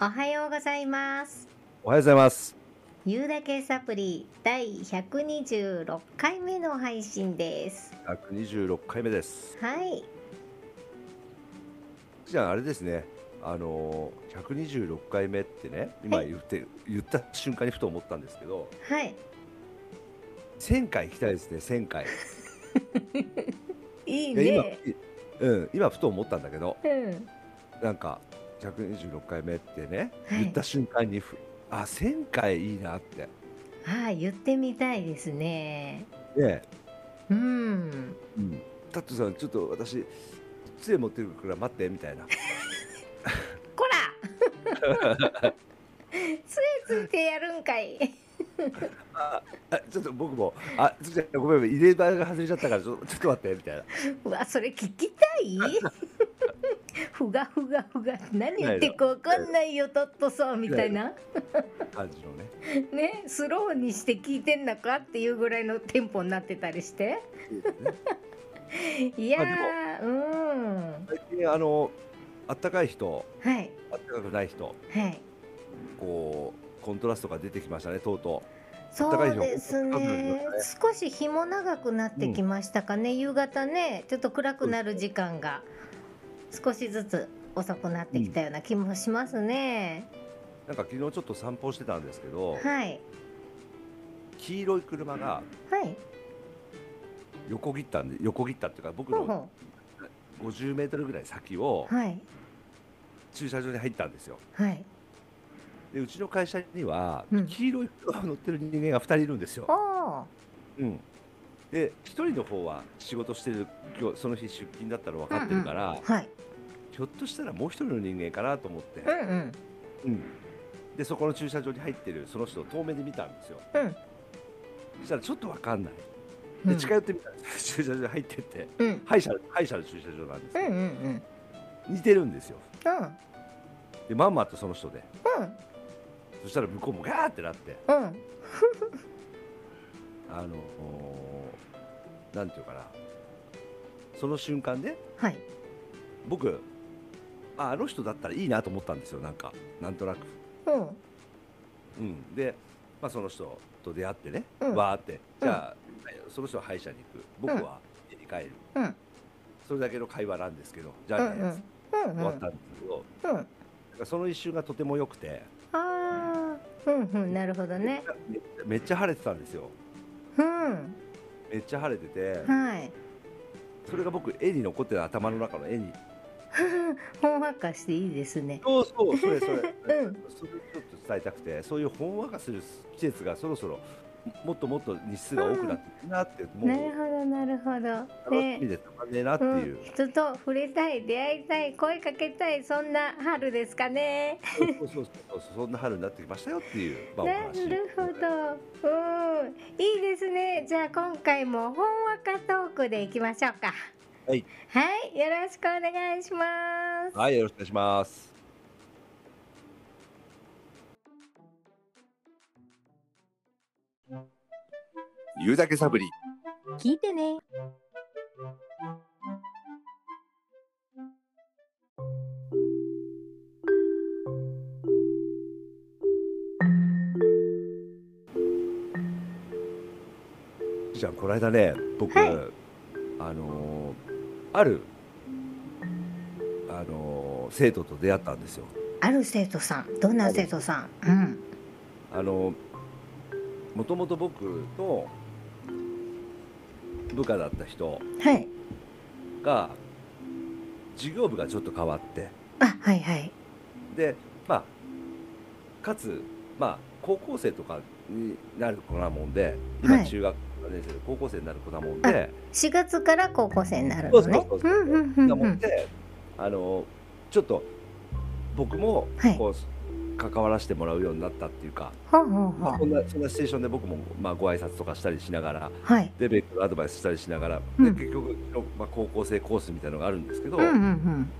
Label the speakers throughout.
Speaker 1: おはようございます。
Speaker 2: おはようございます。
Speaker 1: ゆうだけサプリ第126回目の配信です。
Speaker 2: 126回目です。
Speaker 1: はい、
Speaker 2: じゃああれですね。あのー126回目ってね、今
Speaker 1: はい
Speaker 2: 言って、言った瞬間にふと思ったんですけど、
Speaker 1: はい。
Speaker 2: 1000回行きたいですね。1000回。
Speaker 1: いい
Speaker 2: いや
Speaker 1: ね。
Speaker 2: 今、うん、今ふと思ったんだけど、
Speaker 1: うん。
Speaker 2: なんか126回目ってね、
Speaker 1: はい
Speaker 2: 言った瞬間にふ、あ、1000回いいなって。
Speaker 1: ああ、言ってみたいですね。
Speaker 2: ね、
Speaker 1: うん。
Speaker 2: うん。タットさんちょっと私杖持ってくるから待ってみたいな。
Speaker 1: こら つえついてやるんかい。
Speaker 2: あ、ちょっと僕も、あ、ちょっとごめんごめん入れ歯が外れちゃったからちょっとちょっと待ってみたいな。
Speaker 1: うわ、それ聞きた いふがふがふが。何言ってるかわかんないよ、トットさんみたいな。
Speaker 2: 感じのね。
Speaker 1: ね、スローにして聞いてんのかっていうぐらいのテンポになってたりして。いやー、うん。
Speaker 2: 最近あのあったかい人
Speaker 1: はい、
Speaker 2: あったかくない人
Speaker 1: はい。
Speaker 2: こうコントラストが出てきましたねとうと
Speaker 1: そ
Speaker 2: 高いう日
Speaker 1: です
Speaker 2: 暖かくなりま
Speaker 1: ね。少し日も長くなってきましたかね、夕方ね、ちょっと暗くなる時間が。少しずつ遅くなってきたような気もしますね。
Speaker 2: うなんか昨日ちょっと散歩してたんですけど
Speaker 1: はい、
Speaker 2: 黄色い車が
Speaker 1: はい、
Speaker 2: 横切ったんで横切ったっていうか僕
Speaker 1: ほう
Speaker 2: の
Speaker 1: ほ
Speaker 2: 50メートルぐらい先を
Speaker 1: う、はい、
Speaker 2: 駐車場に入ったんですよ
Speaker 1: はい。
Speaker 2: でうちの会社には
Speaker 1: うん
Speaker 2: 黄色い車を乗ってる人間が2人いるんです
Speaker 1: お
Speaker 2: よ、
Speaker 1: お、
Speaker 2: うん、で1人の方は仕事してる今日その日出勤だったの分かってるから、
Speaker 1: はい、
Speaker 2: ひょっとしたらもう1人の人間かなと思って、
Speaker 1: うんうん、
Speaker 2: うん、でそこの駐車場に入ってるその人を遠目で見たんですよ
Speaker 1: うん、
Speaker 2: そしたらちょっとわかんない
Speaker 1: うん、
Speaker 2: で近寄ってみたら、 駐車場に入ってって
Speaker 1: うん、うん、
Speaker 2: 歯医者歯医者の駐車場なんです
Speaker 1: う
Speaker 2: よ
Speaker 1: ん、うん、うん、
Speaker 2: 似てるんですよ
Speaker 1: うん、
Speaker 2: でまんまとその人でそしたら向こうもガーってなって
Speaker 1: うん、
Speaker 2: あのおーなんていうかなその瞬間ね
Speaker 1: はい、
Speaker 2: 僕ああの人だったらいいなと思ったんですよなんかなんとなく、
Speaker 1: うん、
Speaker 2: うん、で、まあ、その人と出会ってね
Speaker 1: うん、
Speaker 2: わーってじゃあ、その人は歯医者に行く僕は家に帰る、
Speaker 1: うん
Speaker 2: それだけの会話なんですけどじゃ
Speaker 1: う
Speaker 2: あ
Speaker 1: ん、
Speaker 2: ね、
Speaker 1: うん、うん、う
Speaker 2: 終わっ
Speaker 1: ん
Speaker 2: たんですけど、
Speaker 1: うん。
Speaker 2: なんかその一瞬がとても良くて
Speaker 1: ああ、うんうん、なるほどね。
Speaker 2: めっちゃめっちゃ晴れてたんですよ
Speaker 1: うん、
Speaker 2: めっちゃ晴れてて
Speaker 1: はい。
Speaker 2: それが僕絵に残ってる頭の中の絵に
Speaker 1: ほんわかしていいですね。
Speaker 2: そうそうそれそれ、
Speaker 1: うん
Speaker 2: それちょっと伝えたくてそういうほんわかする季節がそろそろもっともっと日数が多くなってくるなって、
Speaker 1: なる
Speaker 2: もう
Speaker 1: ほど、なるほど。
Speaker 2: 楽しみ
Speaker 1: ね。
Speaker 2: でたまんねえなって
Speaker 1: う
Speaker 2: い
Speaker 1: ん
Speaker 2: う、、
Speaker 1: 人と触れたい、出会いたい、声かけたい、そんな春ですかね。
Speaker 2: そうそうそうそうそんな春になってきましたよっ ていう、まあ、お
Speaker 1: な
Speaker 2: 話
Speaker 1: るほど。うん、いいですね。じゃあ、今回もほんわかトークでいきましょうか。
Speaker 2: はい。
Speaker 1: はい、よろしくお願いします。
Speaker 2: はいよろしくお願いします
Speaker 3: 言うだけサブリ
Speaker 1: 聞いてね。
Speaker 2: じゃんこの間ね僕、
Speaker 1: はい
Speaker 2: あのーあるあのー生徒と出会ったんですよ
Speaker 1: ある生徒さん、どんな生徒さん。うん。
Speaker 2: あのーもともと僕と部下だった人
Speaker 1: はい。
Speaker 2: が事業部がちょっと変わって
Speaker 1: あ、はいはい。
Speaker 2: でまあかつまあ高校生とかになる子なもんで
Speaker 1: は
Speaker 2: 今
Speaker 1: い
Speaker 2: 中学3年生で高校生になる子なもんで、
Speaker 1: 4月から高校生になるのね。
Speaker 2: そうそう
Speaker 1: う
Speaker 2: そうん
Speaker 1: うんうん
Speaker 2: だ
Speaker 1: う
Speaker 2: もん
Speaker 1: ん。
Speaker 2: で、あのちょっと僕も
Speaker 1: はい
Speaker 2: こう、関わらせてもらうようになったっていうか、
Speaker 1: ほうほうほ
Speaker 2: そ
Speaker 1: うん
Speaker 2: なそんなシチュエーションで僕も、まあ、ご挨拶とかしたりしながら
Speaker 1: はい。
Speaker 2: でベックのアドバイスしたりしながら、
Speaker 1: う
Speaker 2: で
Speaker 1: ん
Speaker 2: 結局、まあ、高校生コースみたいなのがあるんですけど、
Speaker 1: うんうんうん。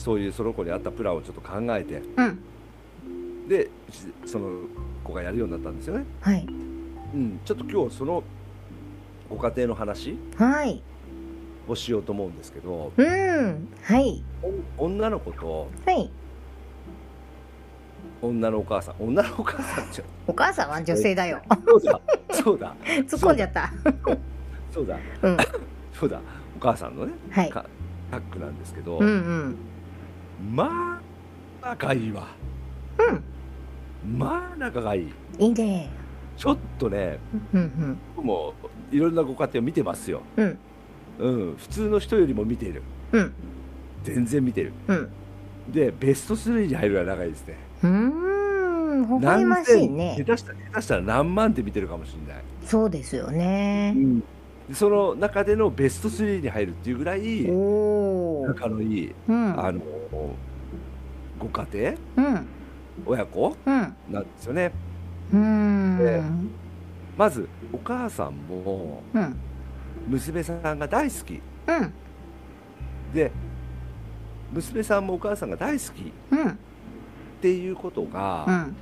Speaker 2: そういうその子に合ったプランをちょっと考えて
Speaker 1: うん。
Speaker 2: でうちその子がやるようになったんですよね。
Speaker 1: はい。
Speaker 2: うん、ちょっと今日そのご家庭の話
Speaker 1: はい。
Speaker 2: をしようと思うんですけど
Speaker 1: うん。はい。
Speaker 2: お女の子と
Speaker 1: はい。
Speaker 2: 女のお母さん女のお母さんちゃう
Speaker 1: お母さんは女性だよ
Speaker 2: そうだそうだ
Speaker 1: 突っ込んじゃった
Speaker 2: そうだ
Speaker 1: うん
Speaker 2: そうだお母さんのね
Speaker 1: はい
Speaker 2: かタックなんですけど、
Speaker 1: うんうん
Speaker 2: まあ仲いいわ
Speaker 1: うん
Speaker 2: まあ仲がいい
Speaker 1: いいね
Speaker 2: ちょっとね
Speaker 1: うん
Speaker 2: 僕もいろんなご家庭を見てますよ
Speaker 1: うんうん
Speaker 2: うん普通の人よりも見ている
Speaker 1: うん
Speaker 2: 全然見てる
Speaker 1: うん
Speaker 2: でベスト3に入るぐらい仲いいですね
Speaker 1: うーん微笑ましいね
Speaker 2: 何千下手したら下手したら何万って見てるかもしれない、
Speaker 1: そうですよね
Speaker 2: でその中でのベスト3に入るっていうぐらい
Speaker 1: おー
Speaker 2: 仲のいい、
Speaker 1: うん
Speaker 2: あのご家庭
Speaker 1: うん
Speaker 2: 親子
Speaker 1: うん
Speaker 2: なんですよね
Speaker 1: うーん
Speaker 2: でまずお母さんも
Speaker 1: うん
Speaker 2: 娘さんが大好き
Speaker 1: うん
Speaker 2: で娘さんもお母さんが大好きっ
Speaker 1: うん
Speaker 2: ていうこと
Speaker 1: う
Speaker 2: が
Speaker 1: ん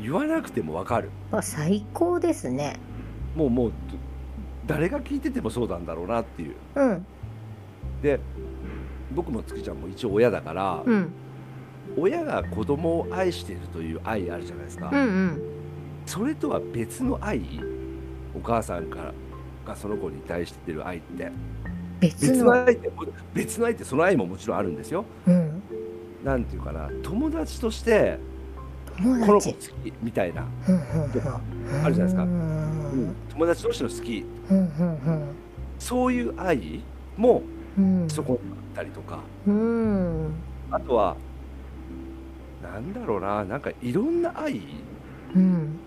Speaker 2: 言わなくてもわかる
Speaker 1: あ最高ですね
Speaker 2: もうもう誰が聞いててもそうなんだろうなっていう
Speaker 1: うん
Speaker 2: で僕も月ちゃんも一応親だから、
Speaker 1: うん
Speaker 2: 親が子供を愛しているという愛あるじゃないですか、
Speaker 1: うんうん
Speaker 2: それとは別の愛お母さんからがその子に対してる愛って
Speaker 1: 別
Speaker 2: 別の
Speaker 1: の
Speaker 2: 愛って別の愛ってその愛ももちろんあるんですよ
Speaker 1: うん
Speaker 2: なんていうかな友達としてこ
Speaker 1: 友
Speaker 2: の子
Speaker 1: 達
Speaker 2: 好きみたいな、
Speaker 1: うんうん
Speaker 2: とかあるじゃないですか
Speaker 1: うん
Speaker 2: 友達同士の好き
Speaker 1: うんうんうん
Speaker 2: そういう愛も
Speaker 1: うん
Speaker 2: そこにあったりとか、
Speaker 1: うん
Speaker 2: あとはなんだろうななんかいろんな愛
Speaker 1: うん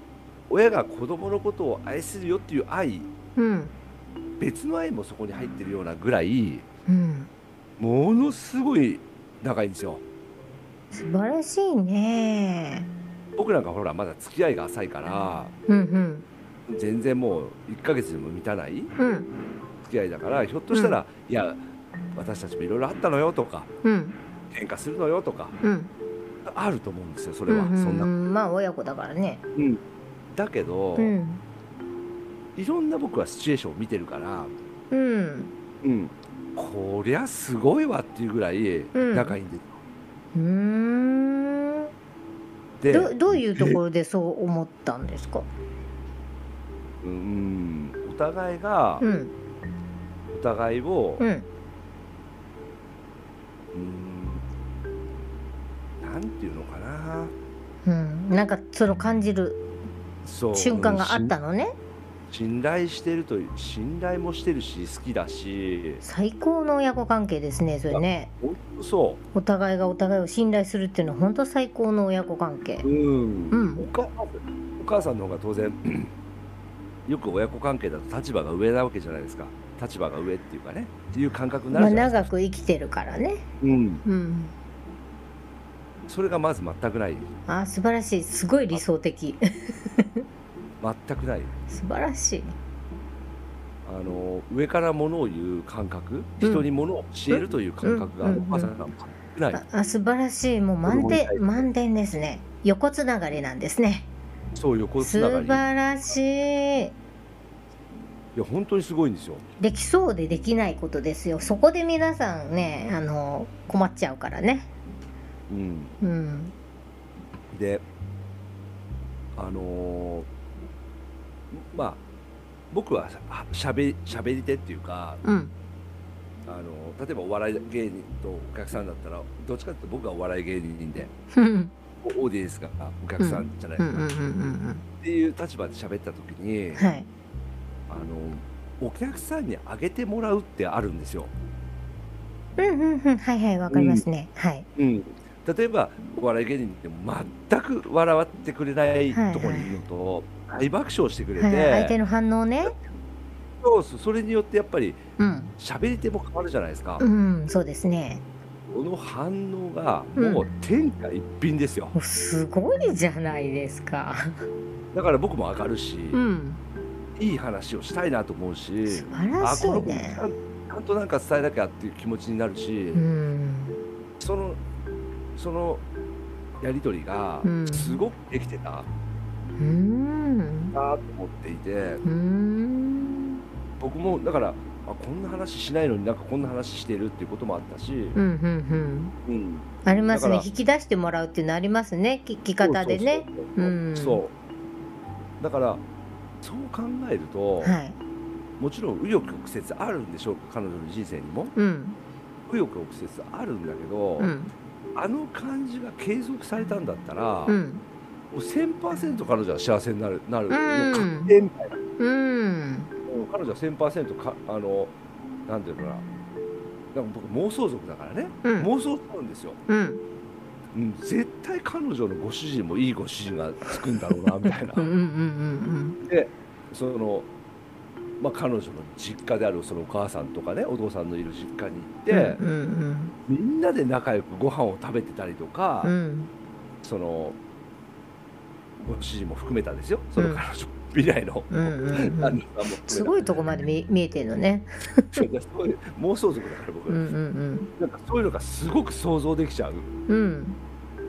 Speaker 2: 親が子供のことを愛するよっていう愛
Speaker 1: うん
Speaker 2: 別の愛もそこに入ってるようなぐらい
Speaker 1: うん
Speaker 2: ものすごい仲いいんですよ
Speaker 1: 素晴らしいね
Speaker 2: 僕なんかほらまだ付き合いが浅いから
Speaker 1: うん
Speaker 2: 全然もう1ヶ月にも満たない
Speaker 1: うんうん
Speaker 2: 付き合いだからひょっとしたら、いや私たちもいろいろあったのよとか
Speaker 1: うん
Speaker 2: 喧嘩するのよとか
Speaker 1: うん
Speaker 2: あると思うんですよそ
Speaker 1: こ
Speaker 2: れは、そんな
Speaker 1: まあ親子だからね
Speaker 2: だけど、
Speaker 1: うん
Speaker 2: いろんな僕はシチュエーションを見てるから、
Speaker 1: うん
Speaker 2: こりゃすごいわっていうぐらい
Speaker 1: ん
Speaker 2: 仲いいんで、
Speaker 1: うーん
Speaker 2: で
Speaker 1: どどういうところでそう思ったんですか
Speaker 2: うんお互いが、
Speaker 1: うん
Speaker 2: お互いを、
Speaker 1: うん
Speaker 2: うんなんていうのかな
Speaker 1: うんなんかその感じる
Speaker 2: そう
Speaker 1: 瞬間があった
Speaker 2: うん
Speaker 1: のね
Speaker 2: 信信頼してるという信頼もしてるし好きだし
Speaker 1: 最高の親子関係ですねそれね
Speaker 2: 本当そ
Speaker 1: お互いがお互いを信頼するっていうのは本当最高の親子関係
Speaker 2: う、うん
Speaker 1: うん
Speaker 2: お母さんお母さんの方が当然 よく親子関係だと立場が上なわけじゃないですか立場が上っていうかねっていう感覚にな
Speaker 1: まあ
Speaker 2: るじゃないですか、
Speaker 1: 長く生きてるからね
Speaker 2: うん、
Speaker 1: うん
Speaker 2: それがまず全くない
Speaker 1: あー素晴らしいすごい理想的
Speaker 2: 全くない
Speaker 1: 素晴らしい
Speaker 2: あの上から物を言う感覚、
Speaker 1: うん
Speaker 2: 人に物を教えるという感覚が
Speaker 1: う
Speaker 2: お
Speaker 1: んうん
Speaker 2: 母さんが全くない、
Speaker 1: ああ素晴らしいもう満
Speaker 2: 子供に
Speaker 1: 点
Speaker 2: 対して
Speaker 1: 満点ですね横つながりなんですね
Speaker 2: そう横つ
Speaker 1: 素
Speaker 2: ながり
Speaker 1: 晴
Speaker 2: いや
Speaker 1: らしい
Speaker 2: 本当にすごいんですよ
Speaker 1: できそうでできないことですよそこで皆さんねあの困っちゃうからね
Speaker 2: うん、
Speaker 1: うん
Speaker 2: であのーまあ僕ははしゃべしゃべり手っていうか、
Speaker 1: うん
Speaker 2: あのー例えばお笑い芸人とお客さんだったらどっちかっていうと僕はお笑い芸人で
Speaker 1: うん
Speaker 2: オーディエンスがお客さんじゃない、
Speaker 1: うんうんう
Speaker 2: っ
Speaker 1: んうん
Speaker 2: ていう立場で喋った時に、
Speaker 1: うんはい
Speaker 2: あのお客さんにあげてもらうってあるんですよ。
Speaker 1: うんうんうんはいはいわかりますね、はい
Speaker 2: うん、例えばお笑い芸人って全く笑わってくれない
Speaker 1: はいはい
Speaker 2: ところにいるのと、大爆笑してくれて、
Speaker 1: はい相手の反応ね
Speaker 2: そうそうそれによってやっぱり
Speaker 1: うん
Speaker 2: 喋り手も変わるじゃないですか、
Speaker 1: うんそうですね
Speaker 2: この反応がもう天下一品ですよ、
Speaker 1: おすごいじゃないですか
Speaker 2: だから僕も上がるし、
Speaker 1: うん
Speaker 2: いい話をしたいなと思うし
Speaker 1: 素晴ら
Speaker 2: あ
Speaker 1: し
Speaker 2: こ
Speaker 1: い
Speaker 2: の子ち
Speaker 1: ね
Speaker 2: ゃんちゃんとなんか伝えなきゃっていう気持ちになるし、
Speaker 1: うん
Speaker 2: そのそのやり取りが
Speaker 1: うん
Speaker 2: すごくできてた
Speaker 1: うん
Speaker 2: なと思っていて、
Speaker 1: うん
Speaker 2: 僕もだからあこんな話しないのになんかこんな話してるっていうこともあったし、
Speaker 1: うんうんうん
Speaker 2: うん
Speaker 1: ああります
Speaker 2: だ
Speaker 1: ね
Speaker 2: から
Speaker 1: 引き出してもらうっていうのありますね聞き方でね
Speaker 2: そうそう
Speaker 1: う
Speaker 2: そう、
Speaker 1: ん
Speaker 2: そうだからそう考えると、
Speaker 1: はい
Speaker 2: もちろん紆余曲折あるんでしょう彼女の人生にも
Speaker 1: うん
Speaker 2: 紆余曲折あるんだけど、
Speaker 1: うん
Speaker 2: あの感じが継続されたんだったら、
Speaker 1: う
Speaker 2: も
Speaker 1: ん
Speaker 2: う1000%彼女は幸せになるなる、
Speaker 1: ん
Speaker 2: もう確定みたいな
Speaker 1: うん
Speaker 2: もう彼女は1000%かあのなんていうのかななんか僕妄想族だからね、
Speaker 1: うん
Speaker 2: 妄想するんですよ、
Speaker 1: うん
Speaker 2: うん、絶対彼女のご主人もいいご主人がつくんだろうなみたいな
Speaker 1: うんうんうん
Speaker 2: その、まあ、彼女の実家であるそのお母さんとかねお父さんのいる実家に行って、
Speaker 1: うんうん
Speaker 2: みんなで仲良くご飯を食べてたりとか、
Speaker 1: うん
Speaker 2: そのご主人も含めたんですよその
Speaker 1: うん
Speaker 2: 彼女未来の。
Speaker 1: うんうんう
Speaker 2: 旦那さ
Speaker 1: ん
Speaker 2: んも含めた
Speaker 1: すごいとこまで見見えてるのね
Speaker 2: そうだそういう妄想族だから僕、
Speaker 1: うんうん
Speaker 2: なんかそういうのがすごく想像できちゃう、
Speaker 1: うん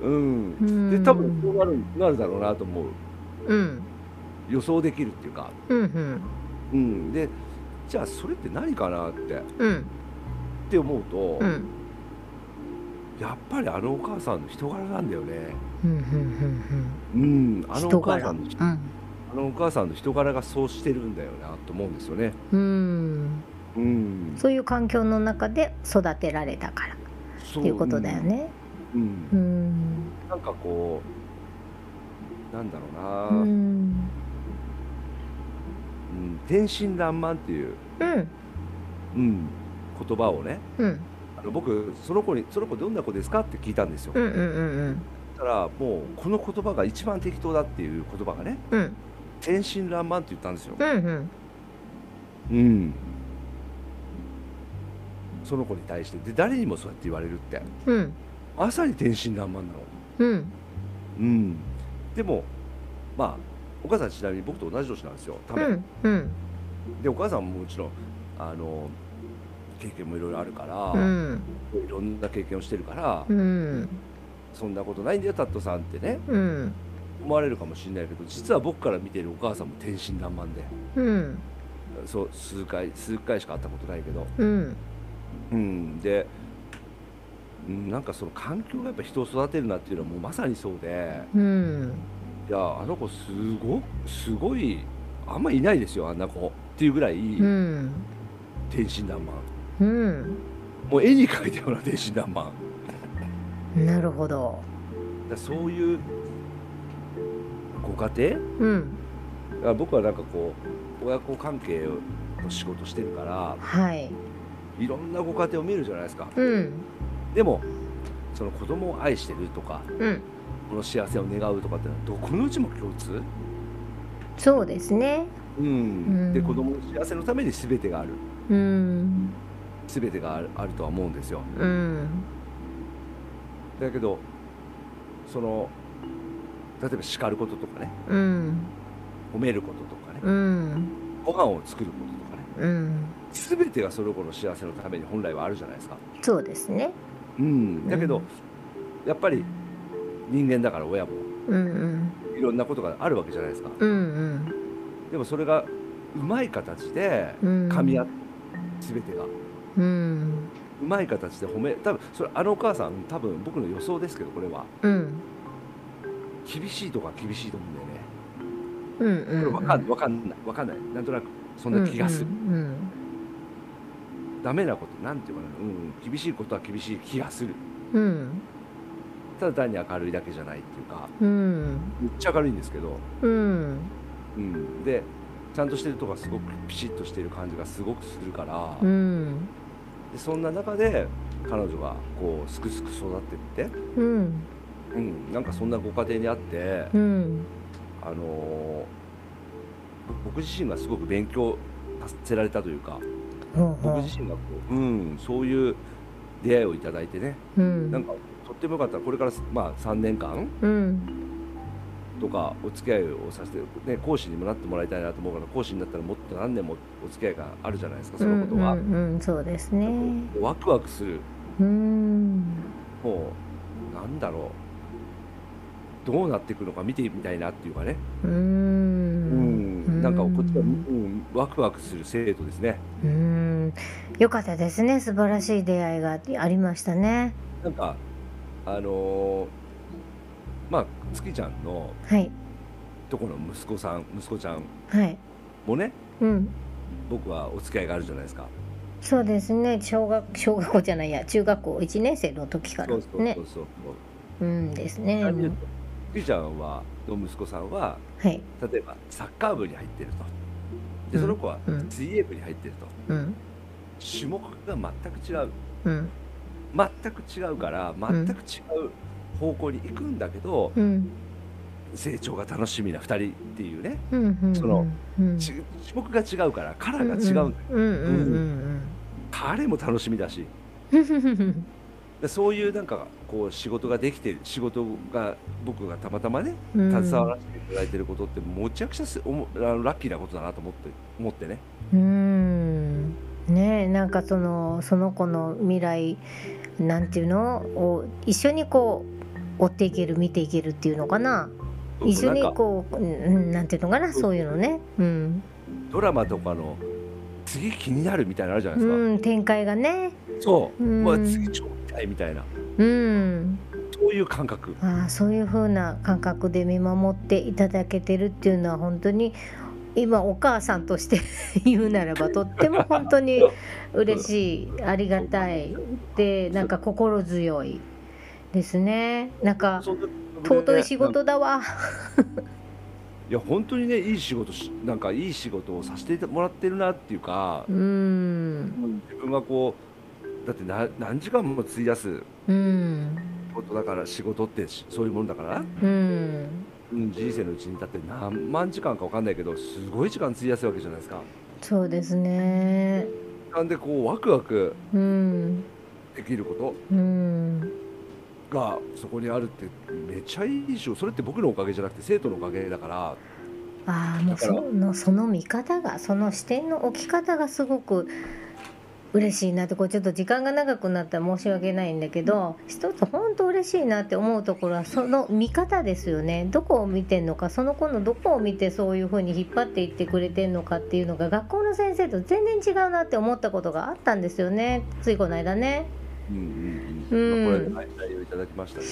Speaker 1: うん
Speaker 2: うん、
Speaker 1: うん
Speaker 2: で多分そうなるなるだろうなと思う
Speaker 1: うん
Speaker 2: 予想できるっていうか、
Speaker 1: うんうん
Speaker 2: うん、でじゃあそれって何かなってっ
Speaker 1: うん
Speaker 2: て思うと、
Speaker 1: うん
Speaker 2: やっぱりあのお母さんの人柄なんだよね、
Speaker 1: うんうんうん
Speaker 2: う
Speaker 1: う
Speaker 2: ん、
Speaker 1: ん
Speaker 2: あのお母さんの
Speaker 1: 人柄
Speaker 2: あのお母さんの人柄がそうしてるんだよなと思うんですよね。
Speaker 1: うんうん
Speaker 2: うん、
Speaker 1: そういう環境の中で育てられたからっ
Speaker 2: そ
Speaker 1: ていうことだよ。ね
Speaker 2: うん
Speaker 1: う
Speaker 2: うんんなんかこうなんだろうな、
Speaker 1: う
Speaker 2: うん
Speaker 1: ん
Speaker 2: 天真爛漫っていう、
Speaker 1: うん
Speaker 2: うん、言葉をね
Speaker 1: うん
Speaker 2: あの僕その子に「その子どんな子ですか?」って聞いたんですよ。
Speaker 1: うんうんうん
Speaker 2: そしたらもうこの言葉が一番適当だっていう言葉がね
Speaker 1: うんうん
Speaker 2: 「天真爛漫」って言ったんですよ。
Speaker 1: うんうん
Speaker 2: うんその子に対してで誰にもそうやって言われるって
Speaker 1: うん
Speaker 2: まさに天真爛漫なの。
Speaker 1: うん
Speaker 2: うん、でもまあお母さんちなみに僕と同じ年なんですよ多
Speaker 1: う
Speaker 2: 分、
Speaker 1: んうん
Speaker 2: でお母さんももちろんあの経験もいろいろあるから、
Speaker 1: うん
Speaker 2: いろんな経験をしてるから、
Speaker 1: うん
Speaker 2: そんなことないんだよタットさんってね
Speaker 1: うん
Speaker 2: 思われるかもしれないけど実は僕から見ているお母さんも天真爛漫で
Speaker 1: うん
Speaker 2: そう数回数回しか会ったことないけど、
Speaker 1: うん
Speaker 2: うん、で、うん、なんかその環境がやっぱ人を育てるなっていうのはもうまさにそうで
Speaker 1: うん
Speaker 2: いやあの子すごすごいあんまいないですよあんな子っていうぐらい
Speaker 1: うん
Speaker 2: 天真爛漫
Speaker 1: うん
Speaker 2: もう絵に描いたような天真爛漫だか
Speaker 1: なるほど
Speaker 2: らそういうご家庭
Speaker 1: うん
Speaker 2: だから僕はなんかこう親子関係の仕事してるから
Speaker 1: はい
Speaker 2: いろんなご家庭を見るじゃないですか、
Speaker 1: うん
Speaker 2: でもその子供を愛してるとか
Speaker 1: うん
Speaker 2: この幸せを願うとかってのはどこのうちも共通、
Speaker 1: そうですね
Speaker 2: うん
Speaker 1: うん
Speaker 2: で子供の幸せのために全てがある
Speaker 1: うん
Speaker 2: 全てがあるあるとは思うんですよ
Speaker 1: うん
Speaker 2: だけどその例えば叱ることとかね
Speaker 1: うん
Speaker 2: 褒めることとかね
Speaker 1: うん
Speaker 2: ご飯を作ることとかね
Speaker 1: うん
Speaker 2: 全てがその子の幸せのために本来はあるじゃないですか、
Speaker 1: そうですね
Speaker 2: うん、だけど、
Speaker 1: うん
Speaker 2: やっぱり人間だから親も
Speaker 1: うん
Speaker 2: いろんなことがあるわけじゃないですか
Speaker 1: うんうん
Speaker 2: でもそれがうまい形で
Speaker 1: うん
Speaker 2: 噛み合って全てがう
Speaker 1: うん
Speaker 2: まい形で褒め多分それあのお母さん多分僕の予想ですけどこれは
Speaker 1: うん
Speaker 2: 厳しいとか厳しいと思うんだよね
Speaker 1: うん
Speaker 2: これ
Speaker 1: うん
Speaker 2: 分かんわかんない分かんないなんとなくそんな気がする、
Speaker 1: うん
Speaker 2: ダメなことなんていうかな、うん、厳しいことは厳しい気がする
Speaker 1: うん
Speaker 2: ただ単に明るいだけじゃないっていうか
Speaker 1: うん
Speaker 2: めっちゃ明るいんですけど、
Speaker 1: うん
Speaker 2: うん、でちゃんとしてるとこがすごくピシッとしてる感じがすごくするから、
Speaker 1: うん
Speaker 2: でそんな中で彼女がこうすくすく育ってって、
Speaker 1: うん
Speaker 2: うん、なんかそんなご家庭にあって、
Speaker 1: うん
Speaker 2: あのー僕自身がすごく勉強させられたというか
Speaker 1: ほうほ
Speaker 2: 僕
Speaker 1: う
Speaker 2: 自身がこう、うん、そういう出会いをいただいてね
Speaker 1: うん
Speaker 2: なんかとってもよかったこれから、まあ、3年間
Speaker 1: うん
Speaker 2: とかお付き合いをさせて、ね、講師にもなってもらいたいなと思うから講師になったらもっと何年もお付き合いがあるじゃないですかそのことは、
Speaker 1: うんうんうんそうですね
Speaker 2: ワクワクする
Speaker 1: うん
Speaker 2: もうなんだろうどうなっていくのか見てみたいなっていうかね、
Speaker 1: う
Speaker 2: うんんなんかこっちが、う
Speaker 1: うん
Speaker 2: ん、ワクワクする生徒ですね
Speaker 1: うんよかったですね素晴らしい出会いがありましたね
Speaker 2: なんかあのーまあ月ちゃんの
Speaker 1: はい
Speaker 2: とこの息子さん息子ちゃん
Speaker 1: はい
Speaker 2: もね
Speaker 1: うん
Speaker 2: 僕はお付き合いがあるじゃないですか
Speaker 1: そうですね小学小学校じゃないや中学校1年生の時から
Speaker 2: そうそう
Speaker 1: ね
Speaker 2: そうそう、
Speaker 1: うんですね
Speaker 2: 単純に月ちゃんはの息子さんは
Speaker 1: はい
Speaker 2: 例えばサッカー部に入ってるとで
Speaker 1: うん
Speaker 2: その子は
Speaker 1: うん
Speaker 2: 水泳部に入ってると
Speaker 1: うん
Speaker 2: 種目が全く違う
Speaker 1: うん
Speaker 2: 全く違うから全く違う方向に行くんだけど、
Speaker 1: うん
Speaker 2: 成長が楽しみな2人っていうね、
Speaker 1: うんうんうん
Speaker 2: その
Speaker 1: うん
Speaker 2: ち種目が違うからカラーが違うんだよ、
Speaker 1: うんうん
Speaker 2: 彼も楽しみだし
Speaker 1: うんうん
Speaker 2: でそういうなんかこう仕事ができてる仕事が僕がたまたまね
Speaker 1: うんうん
Speaker 2: 携わらせていただいてることってもうめちゃくちゃすおもあのラッキーなことだなと思って思ってね
Speaker 1: うんねえなんかそのその子の未来なんていうのを一緒にこう追っていける見ていけるっていうのかな一緒に
Speaker 2: なんか
Speaker 1: こううんうんなんていうのかなそういうのねうん、
Speaker 2: ドラマとかの次気になるみたいなのあるじゃないですか、
Speaker 1: うん、展開がね
Speaker 2: そう、
Speaker 1: うん
Speaker 2: まあ、次超見たいみたいな
Speaker 1: うん
Speaker 2: そういう感覚
Speaker 1: ああそういう風な感覚で見守っていただけてるっていうのは本当に今お母さんとして 言うならばとっても本当に嬉しいありがたいでなんか心強いですねなんか
Speaker 2: そんな
Speaker 1: 尊い仕事だわ
Speaker 2: いや本当にねいい仕事しなんかいい仕事をさせてもらってるなっていうか
Speaker 1: う、ん
Speaker 2: 自分がこうだってな何時間も費やす
Speaker 1: うん
Speaker 2: ことだから仕事ってしそういうもんだから、
Speaker 1: うん
Speaker 2: うん、人生のうちにだって何万時間かわかんないけどすごい時間費やすわけじゃないですか。
Speaker 1: そうですね
Speaker 2: なんでこうワクワク
Speaker 1: うん
Speaker 2: できるこ
Speaker 1: うん
Speaker 2: とがそこにあるってめちゃいい仕事それって僕のおかげじゃなくて生徒のおかげだから
Speaker 1: ああもうそのその見方がその視点の置き方がすごく嬉しいなってこれちょっと時間が長くなったら申し訳ないんだけど一つ本当嬉しいなって思うところはその見方ですよねどこを見てんのかその子のどこを見てそういうふうに引っ張っていってくれてんのかっていうのが学校の先生と全然違うなって思ったことがあったんですよねついこの間ね。
Speaker 2: うんうん
Speaker 1: うん
Speaker 2: まあ、これ内容いただきましたけ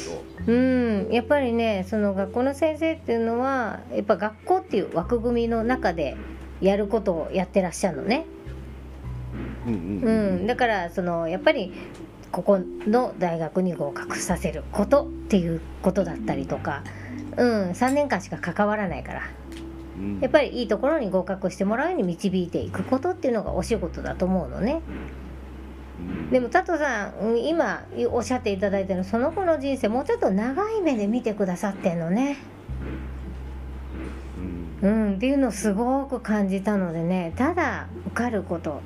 Speaker 1: う
Speaker 2: ど
Speaker 1: ん、やっぱりねその学校の先生っていうのはやっぱ学校っていう枠組みの中でやることをやってらっしゃるのね、
Speaker 2: うん
Speaker 1: う
Speaker 2: うんん
Speaker 1: だからそのやっぱりここの大学に合格させることっていうことだったりとか、うん、3年間しか関わらないから
Speaker 2: うん
Speaker 1: やっぱりいいところに合格してもらうように導いていくことっていうのがお仕事だと思うのね。
Speaker 2: うん
Speaker 1: でも佐藤さんうん今おっしゃっていただいてるその子の人生もうちょっと長い目で見てくださってんのね。
Speaker 2: うん
Speaker 1: うん、っていうのをすごく感じたのでねただ受かること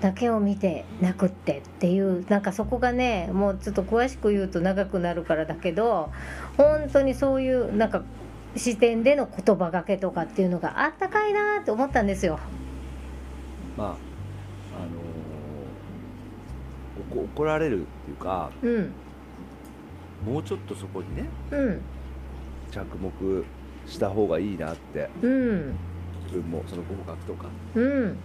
Speaker 1: だけを見てなくってっていうなんかそこがねもうちょっと詳しく言うと長くなるからだけど本当にそういうなんか視点での言葉がけとかっていうのがあったかいなって思ったんですよ。
Speaker 2: まああのー怒怒られるっていうか
Speaker 1: うん、
Speaker 2: もうちょっとそこにね
Speaker 1: うん、
Speaker 2: 着目した方がいいなって
Speaker 1: うん、
Speaker 2: 自分もその合格とか
Speaker 1: うん。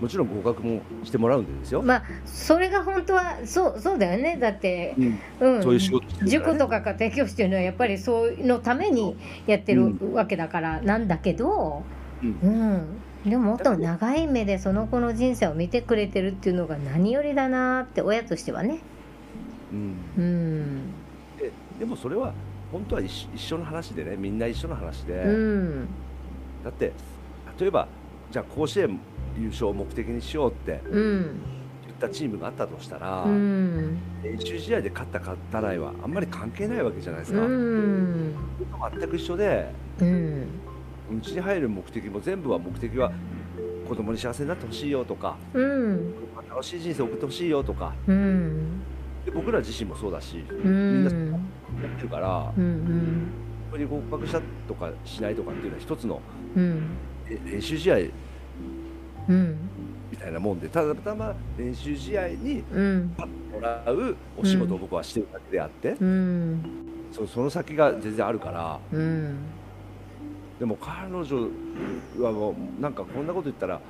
Speaker 2: もちろん合格もしてもらうんですよ、
Speaker 1: まあそれが本当はそうそうだよねだって、
Speaker 2: うん
Speaker 1: うん、
Speaker 2: そういう仕事してるか
Speaker 1: 塾
Speaker 2: らね
Speaker 1: とかが提供してるのはやっぱりそういうのためにやってるわけだからなんだけど、
Speaker 2: うん
Speaker 1: うんでももっと長い目でその子の人生を見てくれてるっていうのが何よりだなって親としてはね。
Speaker 2: うん
Speaker 1: うん、
Speaker 2: ででもそれは本当は一緒一緒の話でねみんな一緒の話で、
Speaker 1: うん
Speaker 2: だって例えばじゃあ甲子園優勝を目的にしようって
Speaker 1: うん
Speaker 2: 言ったチームがあったとしたら、
Speaker 1: うん
Speaker 2: 練習試合で勝った勝たないはあんまり関係ないわけじゃないです
Speaker 1: う
Speaker 2: か、
Speaker 1: ん
Speaker 2: 全く一緒で
Speaker 1: うん
Speaker 2: うちに入る目的も全部は目的は子供に幸せになってほしいよとか
Speaker 1: うん
Speaker 2: 楽しい人生送ってほしいよとか
Speaker 1: うん
Speaker 2: で僕ら自身もそうだし
Speaker 1: う
Speaker 2: みんなんやってるから
Speaker 1: うん
Speaker 2: ここに合格したとかしないとかっていうのは一つの
Speaker 1: うん
Speaker 2: え練習試合
Speaker 1: うん
Speaker 2: みたいなもんでただたま練習試合に
Speaker 1: うん
Speaker 2: もらうお仕事を僕はしてるだけであって、
Speaker 1: うん
Speaker 2: そその先が全然あるから
Speaker 1: うん
Speaker 2: でも彼女はもうなんかこんなこと言ったら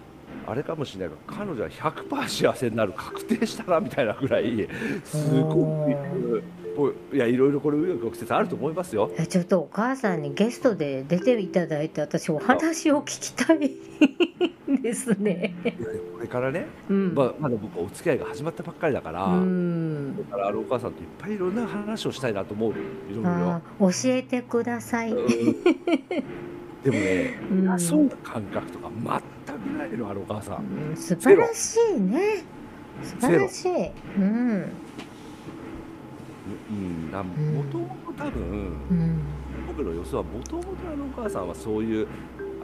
Speaker 2: あれかもしれないが彼女は100%幸せになる確定したなみたいなぐらいすごくおいやいろいろこれ紆余曲折あると思いますよ。
Speaker 1: えちょっとお母さんにゲストで出ていただいて私お話を聞きたいですね。
Speaker 2: いやでもこれからね、
Speaker 1: うん、
Speaker 2: まあ、まだ僕お付き合いが始まったばっかりだから、
Speaker 1: うん
Speaker 2: だからあのお母さんといっぱいいろんな話をしたいなと思ういろいろ
Speaker 1: あ。ー教えてください。
Speaker 2: うんでもね、
Speaker 1: うん
Speaker 2: そうな感覚とか全くないのあのお母さん。
Speaker 1: うん素晴らしいね。素晴らしい。うん。
Speaker 2: うん、なん
Speaker 1: ん
Speaker 2: もともと多分
Speaker 1: うん。
Speaker 2: 僕の予想はもともとあのお母さんはそういう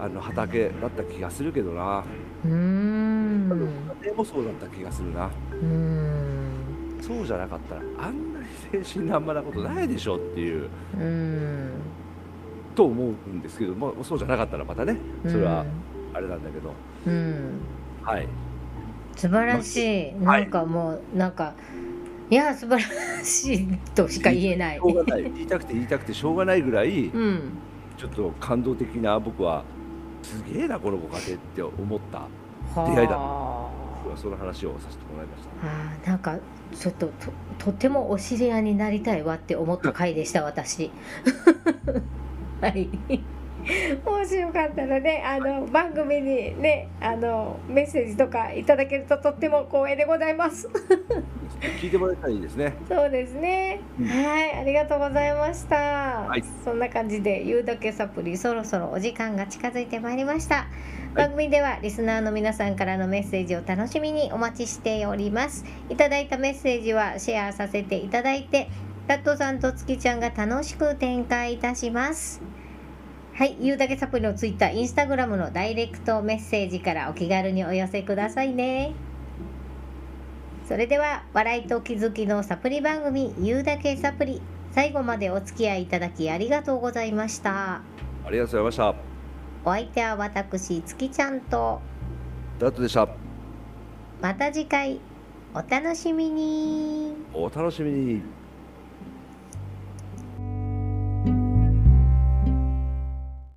Speaker 2: あの畑だった気がするけどな。
Speaker 1: うん。
Speaker 2: でもそうだった気がするな。
Speaker 1: うん。
Speaker 2: そうじゃなかったらあんなに精神乱暴なことないでしょっていう
Speaker 1: うん。
Speaker 2: と思うんですけど、まあ、そうじゃなかったらまたねそれはあれなんだけど、
Speaker 1: うん。うん。
Speaker 2: はい
Speaker 1: 素晴らしい。
Speaker 2: まあ
Speaker 1: なんかもう、なんか。いや、素晴らしいとしか言えない
Speaker 2: し。ょうがない言いたくて言いたくてしょうがないぐらい
Speaker 1: うん。
Speaker 2: ちょっと感動的な僕はすげえなこのご家庭って思った
Speaker 1: はあ
Speaker 2: 出会いだ僕はその話をさせてもらいました
Speaker 1: あーなんかちょっとととてもお知り合いになりたいわって思った回でした私 はいもしよかったらねあの番組にねあのメッセージとかいただけるととっても光栄でございます
Speaker 2: 聞いてもらえたらいいですね
Speaker 1: そうですね
Speaker 2: うん
Speaker 1: はいありがとうございました、
Speaker 2: はい
Speaker 1: そんな感じで「言うだけサプリ」そろそろお時間が近づいてまいりました
Speaker 2: はい
Speaker 1: 番組ではリスナーの皆さんからのメッセージを楽しみにお待ちしておりますいただいたメッセージはシェアさせていただいてラットさんと月ちゃんが楽しく展開いたしますはい、ゆうだけサプリのツイッター、インスタグラムのダイレクトメッセージからお気軽にお寄せくださいね。それでは、笑いと気づきのサプリ番組、ゆうだけサプリ、最後までお付き合いいただきありがとうございました。
Speaker 2: ありがとうございまし
Speaker 1: お相手は私、月ちゃんと、
Speaker 2: たダットでした
Speaker 1: また次回お楽しみに
Speaker 2: お楽しみに